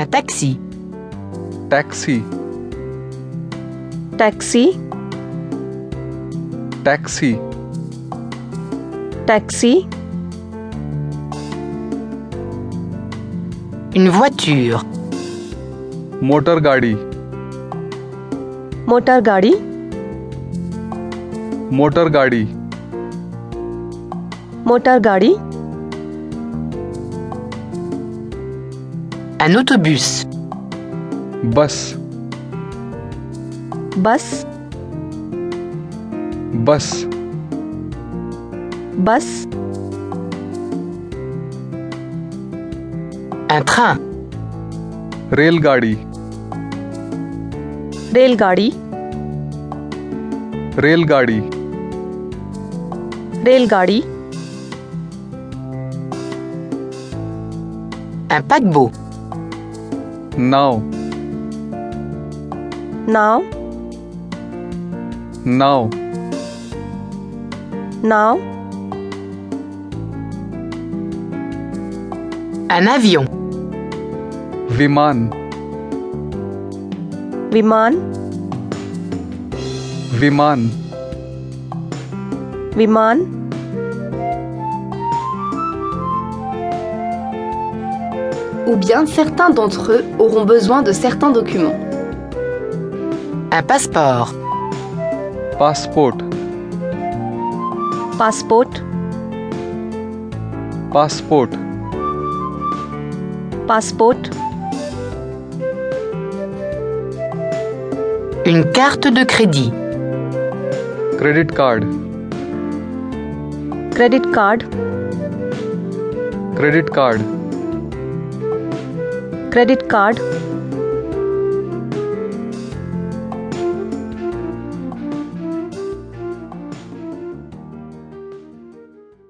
Un taxi. taxi, taxi, taxi, taxi, Une voiture. motor gadi, motor gadi, motor gadi, motor gadi, Un autobus. bus, bus, bus, bus, Un train. rail gadi, rail gadi, rail gadi, rail gadi, Un paquebot. now, now, now, now, Un avion. viman, viman, viman, viman, ou bien certains d'entre eux auront besoin de certains documents. Un passeport. passport, passport, passport, passport, Une carte de crédit. credit card, credit card, credit card, credit card,